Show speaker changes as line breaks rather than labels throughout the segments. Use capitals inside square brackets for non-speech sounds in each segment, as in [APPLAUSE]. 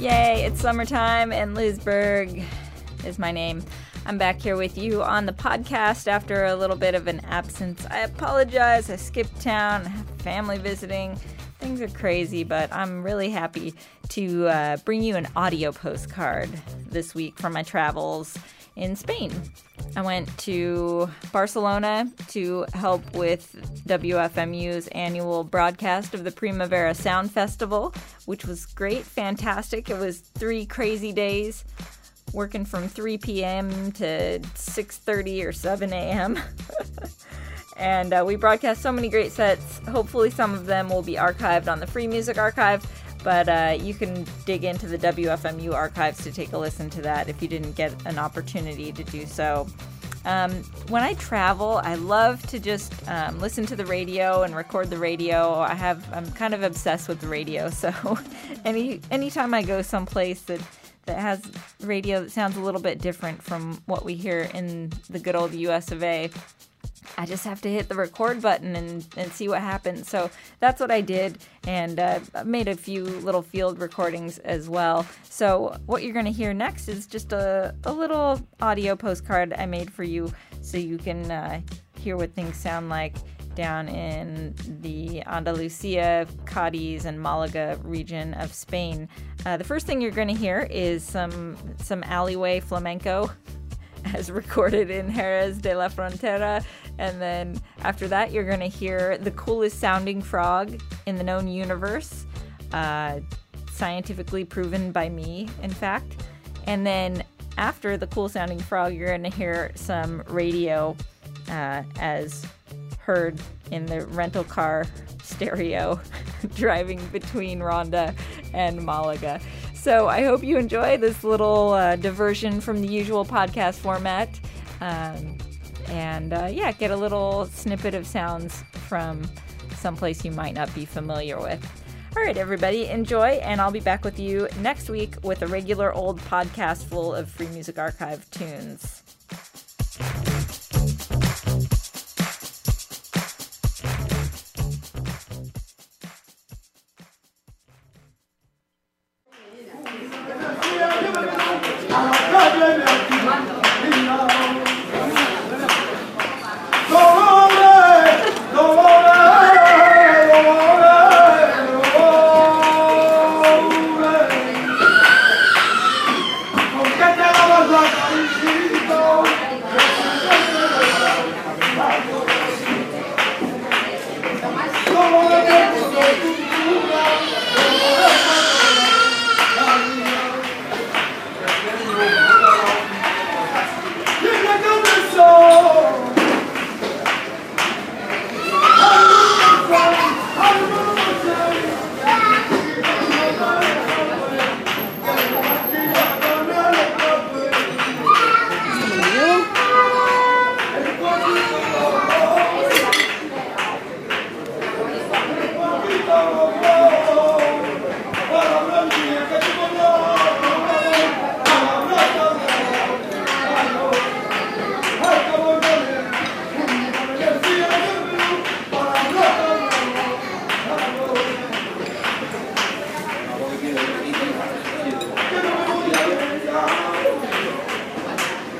It's summertime, and Lizburg is my name. I'm back here with you on the podcast after a little bit of an absence. I apologize. I skipped town, I have family visiting. Things are crazy, but I'm really happy to uh, bring you an audio postcard this week from my travels in Spain. I went to Barcelona to help with WFMU's annual broadcast of the Primavera Sound Festival, which was great, fantastic. It was three crazy days, working from 3 p.m. to 6:30 or 7 [LAUGHS] a.m. and uh, we broadcast so many great sets. Hopefully, some of them will be archived on the Free Music Archive but uh, you can dig into the WFMU archives to take a listen to that if you didn't get an opportunity to do so. Um, when I travel, I love to just um, listen to the radio and record the radio. I have I'm kind of obsessed with the radio, [LAUGHS] so any anytime I go someplace that that has radio that sounds a little bit different from what we hear in the good old U.S. of A. I just have to hit the record button and, and see what happens. So that's what I did, and uh, I made a few little field recordings as well. So, what you're going to hear next is just a, a little audio postcard I made for you so you can uh, hear what things sound like down in the Andalusia, Cadiz, and Malaga region of Spain. Uh, the first thing you're going to hear is some, some alleyway flamenco [LAUGHS] as recorded in Jerez de la Frontera. And then after that, you're going to hear the coolest sounding frog in the known universe, uh, scientifically proven by me, in fact. And then after the cool sounding frog, you're going to hear some radio uh, as heard in the rental car stereo [LAUGHS] driving between Ronda and Malaga. So I hope you enjoy this little uh, diversion from the usual podcast format. Um, and uh, yeah, get a little snippet of sounds from someplace you might not be familiar with. All right, everybody, enjoy, and I'll be back with you next week with a regular old podcast full of free music archive tunes.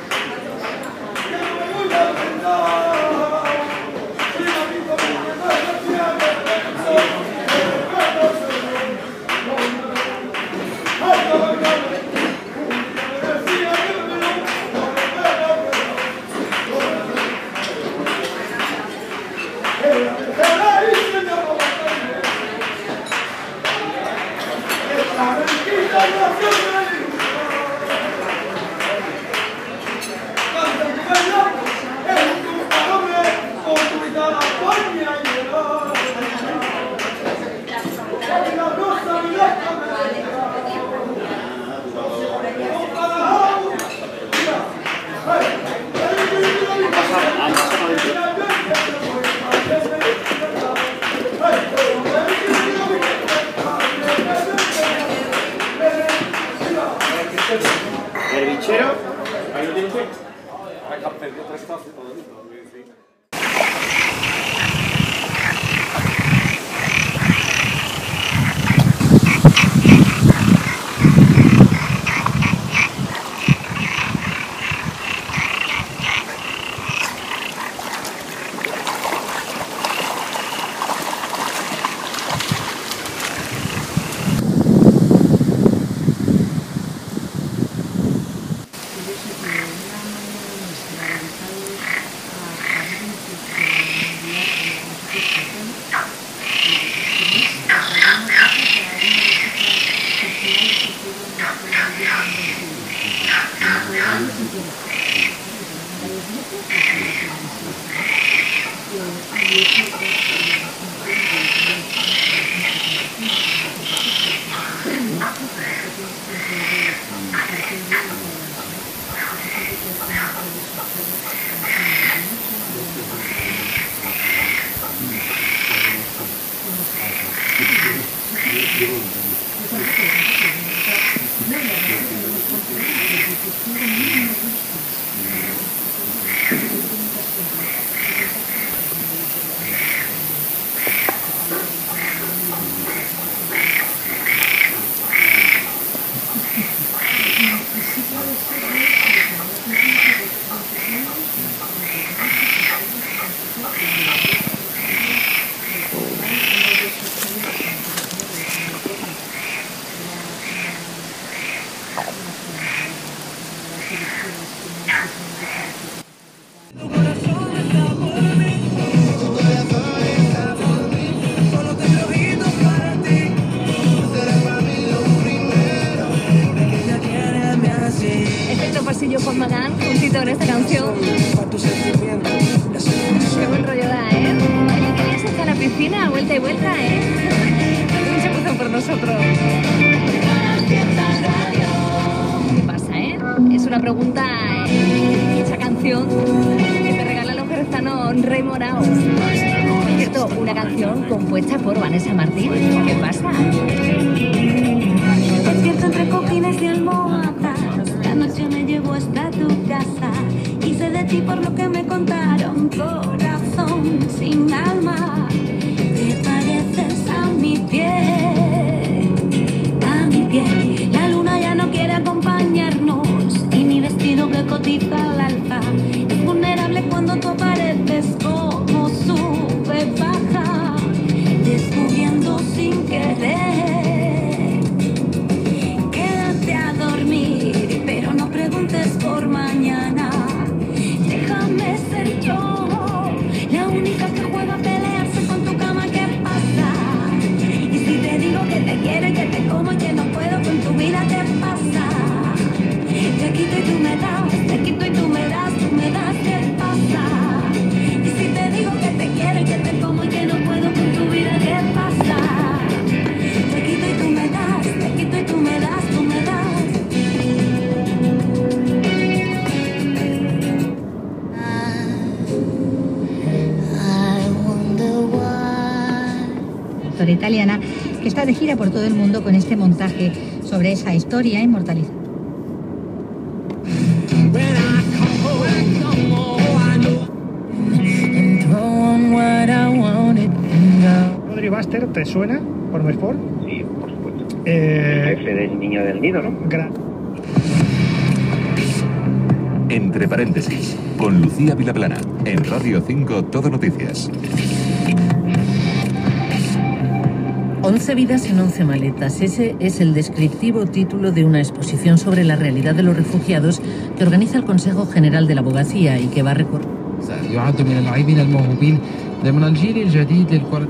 Oh,
Efecto pasillo por Magán, juntito con esta canción. Qué buen rollo da, ¿eh? Oye, ¿qué bien se está la piscina? Vuelta y vuelta, ¿eh? Alguien se puso por nosotros. ¿Qué pasa, eh? Es una pregunta, eh, esa canción que te regala los jerezano Rey Morao. Por cierto, una canción compuesta por Vanessa Martín. ¿Qué pasa?
Concierto entre cojines de almohadas. La noche me llevó hasta tu casa. Hice de ti por lo que me contaron. Corazón sin alma. Te pareces a mi piel. A mi piel. La luna ya no quiere acompañarnos. Y mi vestido que cotiza al alfa. Es vulnerable cuando tú apareces como sube, baja. Descubriendo sin querer. Quédate a dormir, pero no preguntes por mañana. Déjame ser yo, la única que juega a pelearse con tu cama. ¿Qué pasa? Y si te digo que te quiero, y que te como y que no puedo con tu vida, ¿qué pasa? Te quito y tú me das, te quito y tú me das, tú me das, ¿qué pasa? Y si te digo que te quiero, y que te como y que no puedo con tu vida, ¿qué pasa? Te quito y tú me das, te quito y tú me das, tú me das.
actora italiana que está de gira por todo el mundo con este montaje sobre esa historia inmortalizada.
Rodri Buster, ¿te suena? Por Belfort.
Sí, por supuesto. El
Eh,
jefe del niño del nido, ¿no?
gra-
Entre paréntesis, con Lucía Vilaplana, en Radio 5 Todo Noticias.
11 vidas en 11 maletas. Ese es el descriptivo título de una exposición sobre la realidad de los refugiados que organiza el Consejo General de la Abogacía y que va a recor-
يعد من اللاعبين الموهوبين ضمن الجيل الجديد للكرة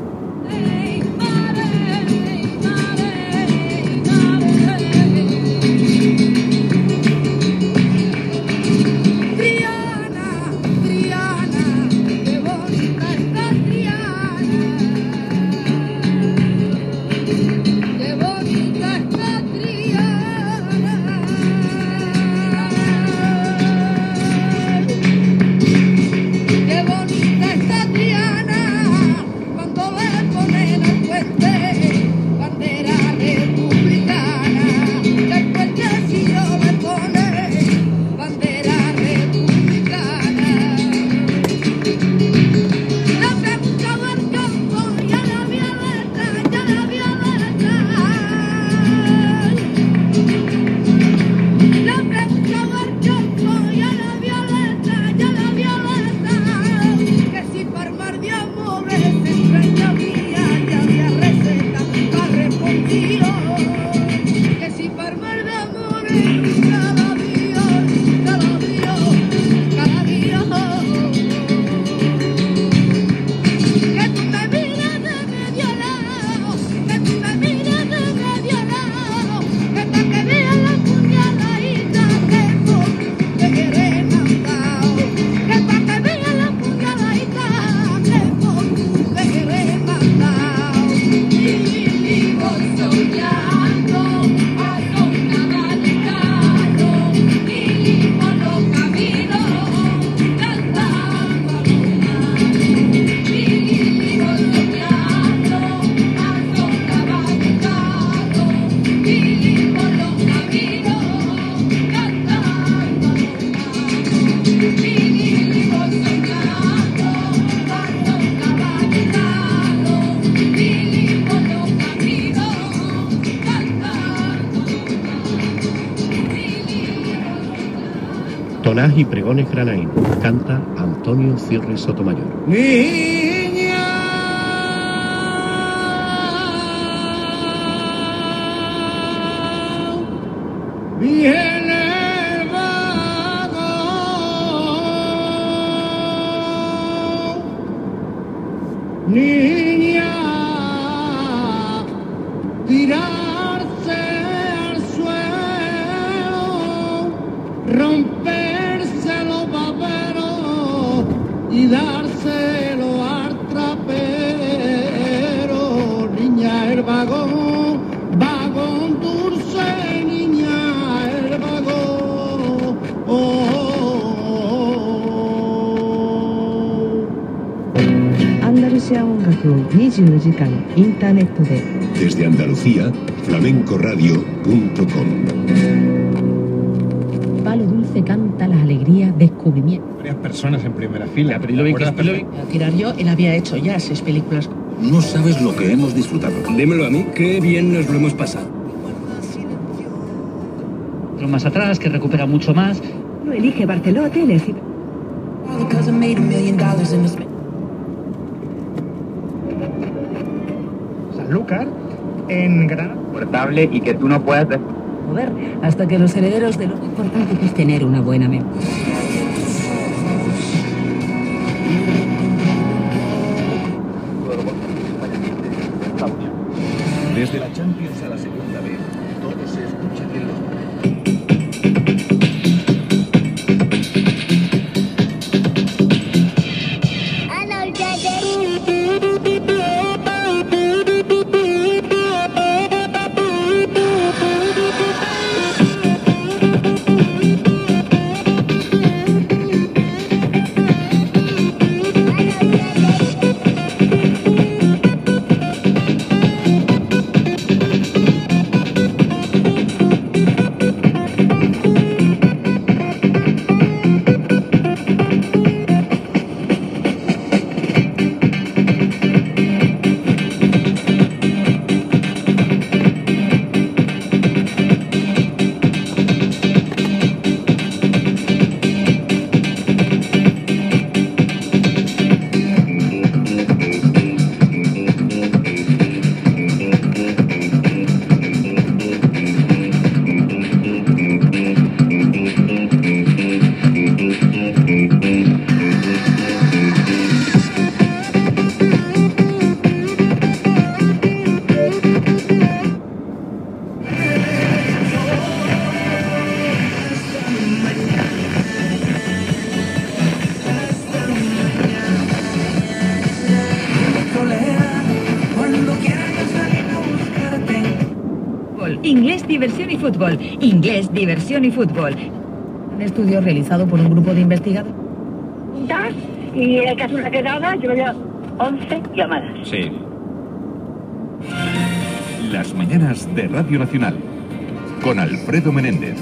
Qué bonita está Triana cuando ve con él
Tonás y Pregones Granaín. Canta Antonio Cirre Sotomayor.
Viene el vago, niña, tirarse al suelo, romperse los paperos y dárselo al trapero, niña, el vagón, vagón dulce, niña, el vagón. Oh, oh, oh, oh.
アンダルシア音楽を24時間インターネットで
Desde Andalucía, flamencoradio.com.
Palo Dulce canta las alegrías, descubrimiento.
Varias personas en primera fila.
Tirar yo, él había hecho ya seis películas.
No sabes lo que hemos disfrutado. Dímelo a mí, qué bien nos lo hemos pasado.
Pero más atrás, que recupera mucho más.
Lo elige Barceló Hoteles y...
Sanlúcar, en Granada.
Portable y que tú no puedas
mover hasta que los herederos de lo importante que es tener una buena memoria.
Desde la Champions a la segunda vez, todo se escucha en los
Fútbol, Inglés, diversión y fútbol. Inglés, diversión y fútbol. Un estudio realizado por un grupo de investigadores.
y el caso una quedada, yo voy a 11 llamadas.
Sí. Las mañanas de Radio Nacional. Con Alfredo Menéndez.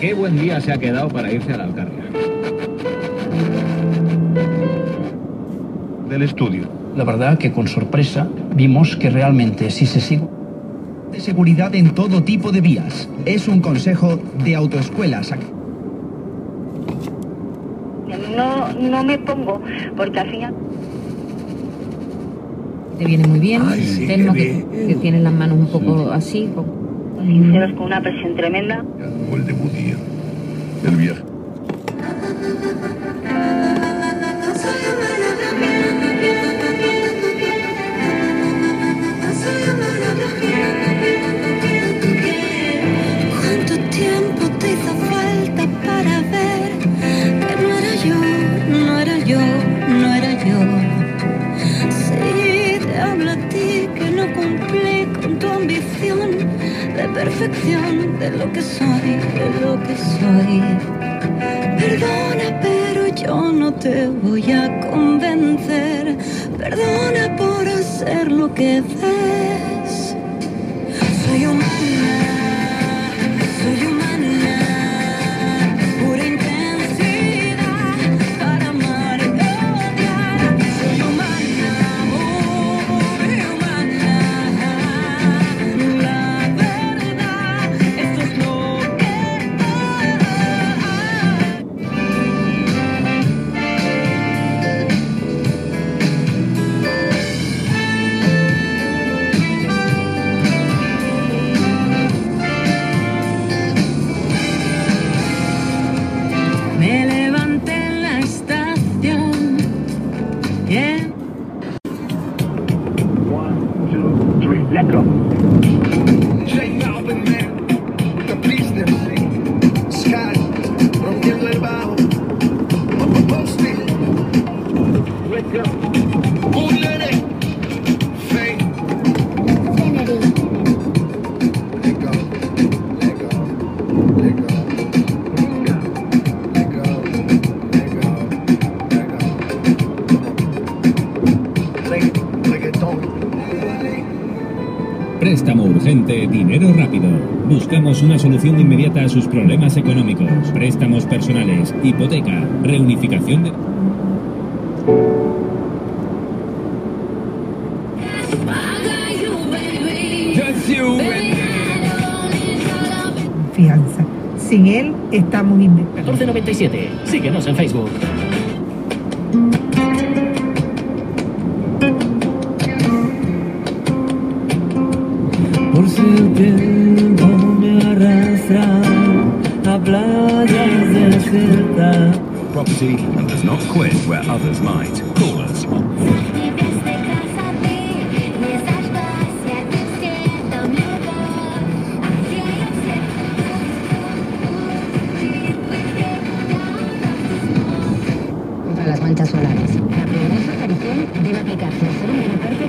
Qué buen día se ha quedado para irse a la Alcarria.
del estudio. La verdad que con sorpresa vimos que realmente si se sigue... De seguridad en todo tipo de vías. Es un consejo de autoescuelas.
No, no me pongo, porque al final.
Te viene muy bien. Telmo, que, que tiene las manos un poco así. Sinceros,
con una presión tremenda.
El debut día. El viaje.
¿Cuánto tiempo te hizo falta para ver que no era yo, no era yo, no era yo? Sí, te hablo a ti que no cumplí con tu ambición de perfección de lo que soy, de lo que soy. Perdona, pero yo no te voy a convencer. Perdona por hacer lo que ves. Soy humana, soy humana, pura intensidad para amar y odiar. Soy humana, muy humana. La verdad, esto es lo que
two, three, let go.
J Balvin, man, with the business. Sky, rompiendo el bajo. Posting. Let go. Bullet. Fake. Let go. Let go. Let go. Let go. Let go. Let go.
Préstamo urgente, dinero rápido. Buscamos una solución inmediata a sus problemas económicos. Préstamos personales, hipoteca, reunificación de...
Fianza. Sin él estamos independientes.
1497. Síguenos en Facebook.
Por si el tiempo me arrastra a playas desiertas.
Property and does not quit where others might. Call us.
Contra las manchas solares. La primera aparición debe aplicarse sobre un aeropuerto.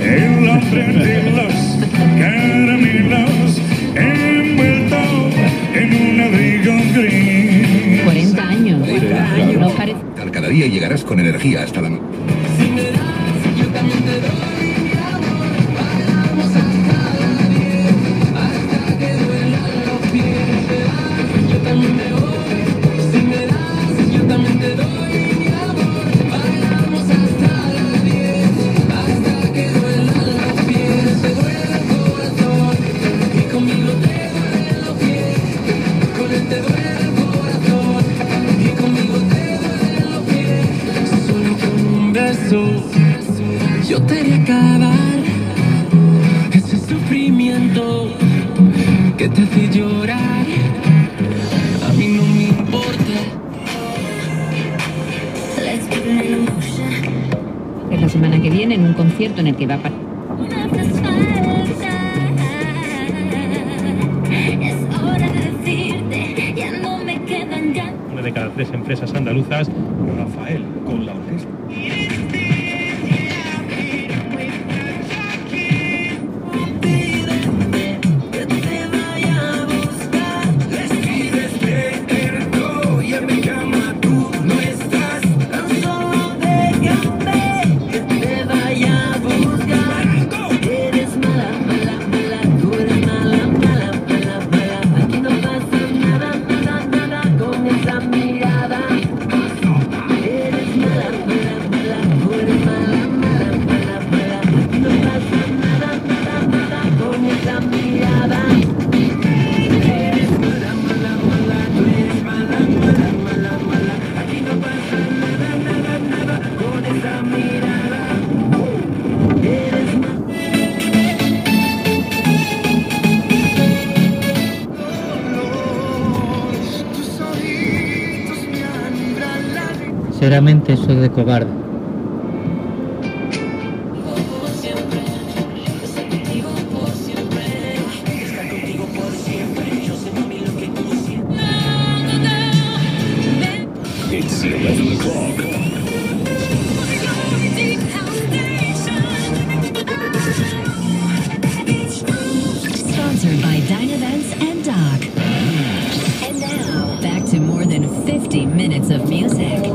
El hombre de los caramelos envuelto en un abrigo gris.
40 años.
años.
No parece.
Cada día llegarás con energía hasta la...
Un beso, yo te haré acabar ese sufrimiento que te hace llorar. A mí no me importa.
Es la semana que viene en un concierto en el que va a par-
Es hora de decirte, ya no me quedan ya.
Una de cada tres empresas andaluzas, Rafael, con la orquesta.
Sinceramente soy de cobarde.
It's 11 o'clock.
Sponsored by Dynavents and Doc. And now, back to more than 50 minutes of music.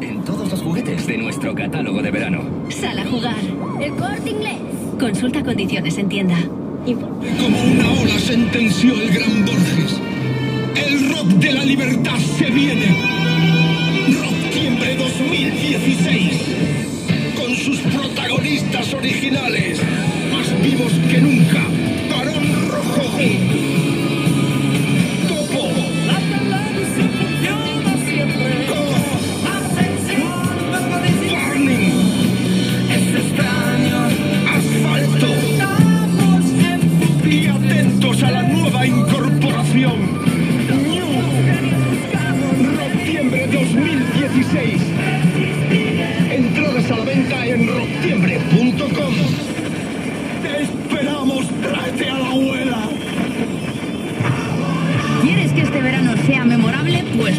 En todos los juguetes de nuestro catálogo de verano.
Sal a jugar. El corte inglés. Consulta condiciones en tienda.
Como una ola sentenció el gran Borges. El rock de la libertad se viene. Rocktiembre 2016. Con sus protagonistas originales. Más vivos que nunca. Barón Rojo. Topo. Cojo. Warning. Es extraño. Asfalto. Estamos en tu piel.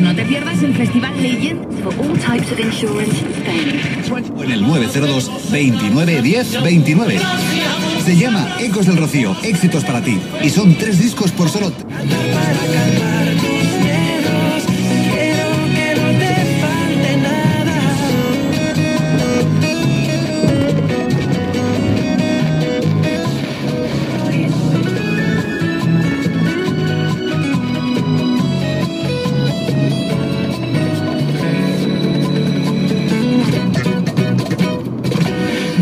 No te pierdas el Festival Legend for all types of insurance in Spain.
O en el 902 29 10 29. Se llama Ecos del Rocío, éxitos para ti. Y son tres discos por solo.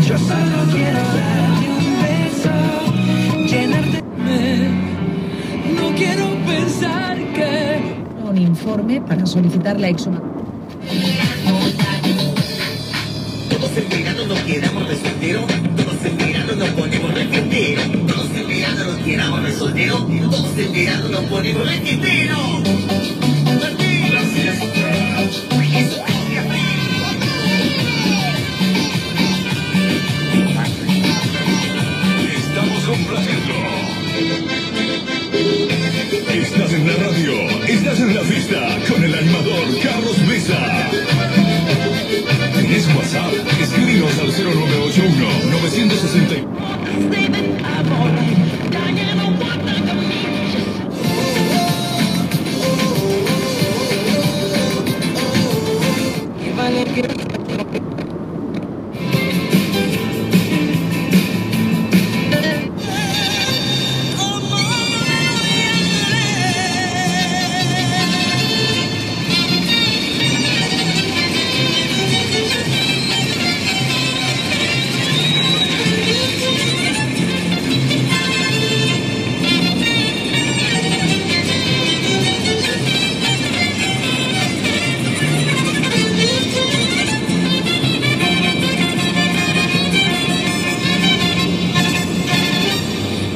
Yo solo quiero darte un beso, llenarte. No quiero pensar que.
Un informe para solicitar la exhumación.
Todos en verano nos quedamos de soltero, todos en verano nos ponemos de fiestero, todos en verano nos quedamos de soltero, todos en verano nos ponemos de fiestero.
Estamos complaciendo. Estás en la radio, estás en la fiesta con el animador Carlos Mesa. ¿Tienes WhatsApp? Escríbenos al 0981 960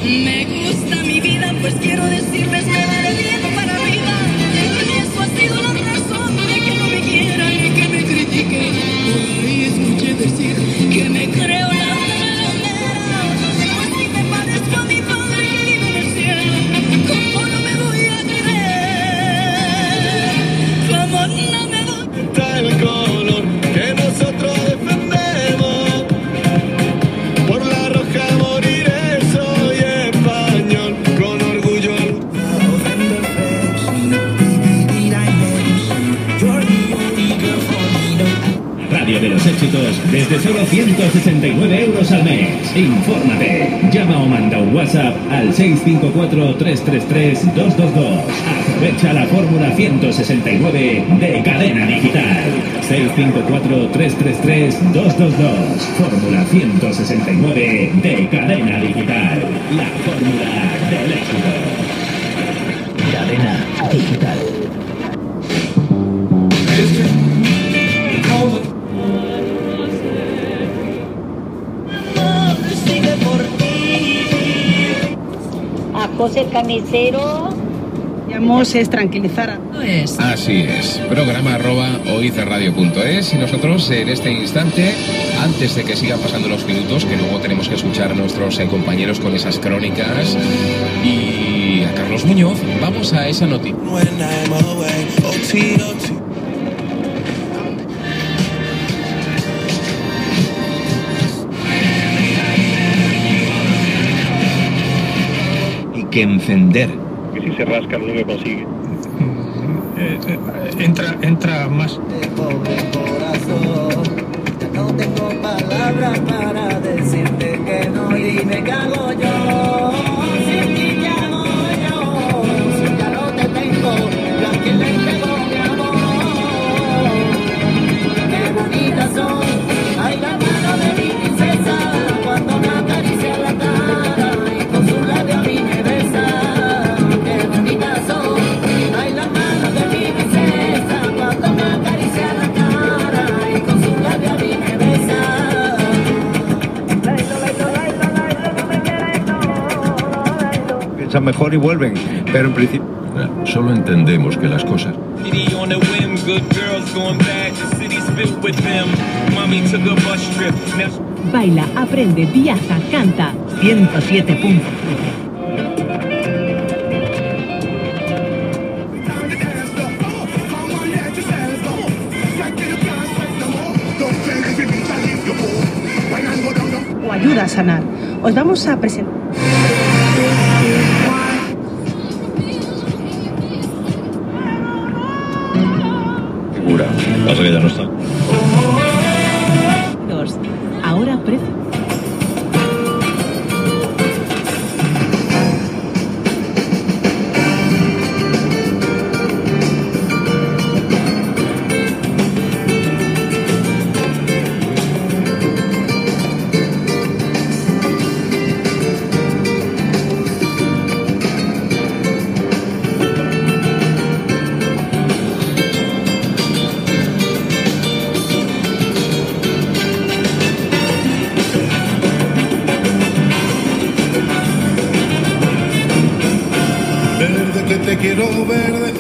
Me gusta mi vida, pues quiero decirles me daré bien para arriba. Y eso ha sido la razón de que no me quieran y que me critiquen. Por ahí escuché decir que me creo la verdadera. Pues si me parezco a mi padre que vive en el cielo, ¿cómo no me voy a creer? ¿Cómo no me voy
Está el color que nosotros defendemos. Por la roja morir soy español con orgullo.
Radio de los éxitos desde solo 169 euros al mes. Infórmate. Llama o manda un WhatsApp al 654-333-222. Aprovecha la fórmula 169 de Cadena Digital. 654-333-222. Fórmula 169 de Cadena Digital. La fórmula del éxito. Cadena Digital.
Sigue por ti.
A José Camisero.
Llamamos es tranquilizar a es.
Así es, programa arroba oizradio.es y nosotros en este instante, antes de que sigan pasando los minutos, que luego tenemos que escuchar a nuestros eh, compañeros con esas crónicas y a Carlos Muñoz, vamos a esa noticia.
Y que encender.
Que si se rascan no me consigue. entra, entra más.
No tengo palabras para decirte que no y me cago yo. Sin ti me hago yo. Si ya no te tengo, yo a quien le entrego mi amor. Qué bonitas son, ay la mano de mi princesa cuando me acaricia la cara y con su labio a mí me besa. Qué bonitas son, ay la mano de mi princesa cuando me acaricia la cara y con su labio a mí me besa.
Piensan mejor y vuelven, pero en principio... Solo entendemos que las cosas...
City on a whim, good girls going bad, the city's filled with them. Mommy took a bus trip, now
Baila, aprende, viaja, canta. 107 puntos.
Esta
ayuda a sanar. Os vamos a presentar.
Cura. Pasa que ya no está.
Dos. Ahora precio.
Verde que te quiero verde,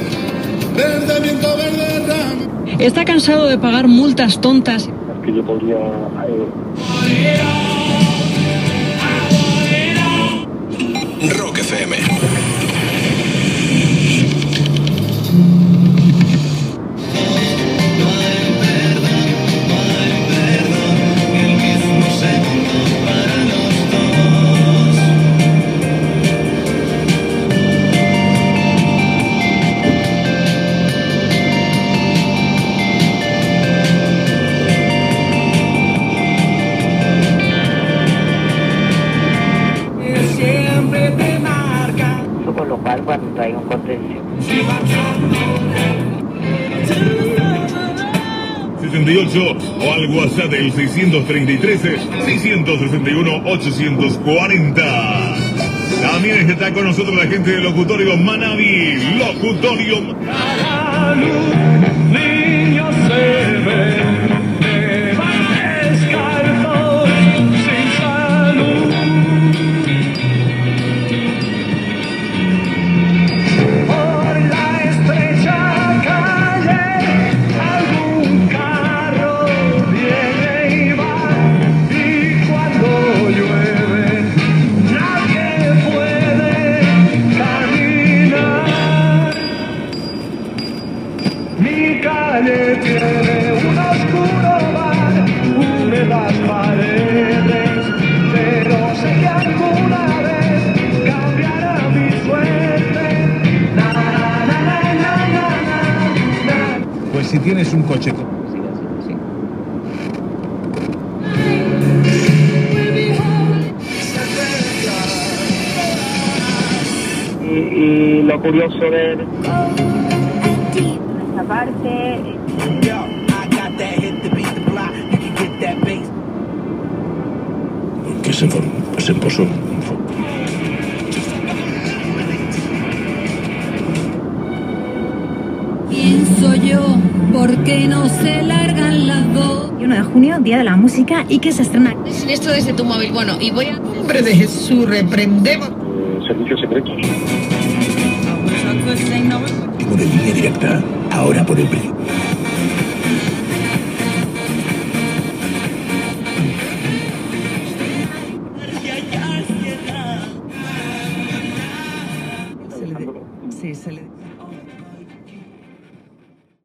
verde viento verde rama.
Está cansado de pagar multas tontas.
Que yo podría eh,
Rock FM.
que siempre te marca.
Con lo cual, cuando hay un contención.
Rock 68 o al WhatsApp del 633 661 840. También está con nosotros la gente de Locutorio Manavi, Locutorio
Niño se ve, te van a escarpar sin salud. Por la estrecha calle, algún carro viene y va, y cuando llueve, nadie puede caminar. Mi calle tiene un oscuro bar, une las paredes, pero sé que alguna vez cambiará mi suerte. Na, na, na, na, na, na, na.
Pues si tienes un coche. co-
Y, y lo curioso de
Aparte, yo, I got that hit to beat the block. You can get that bass.
Que se, se impuso.
¿Quién soy yo? ¿Por qué no se largan las dos? 1 de junio, Día de la Música, y que se estrena. Siniestro desde tu móvil. Bueno, y voy a. Hombre de Jesús, reprendemos.
Servicios secretos. Por el línea directa, ahora por el PRI.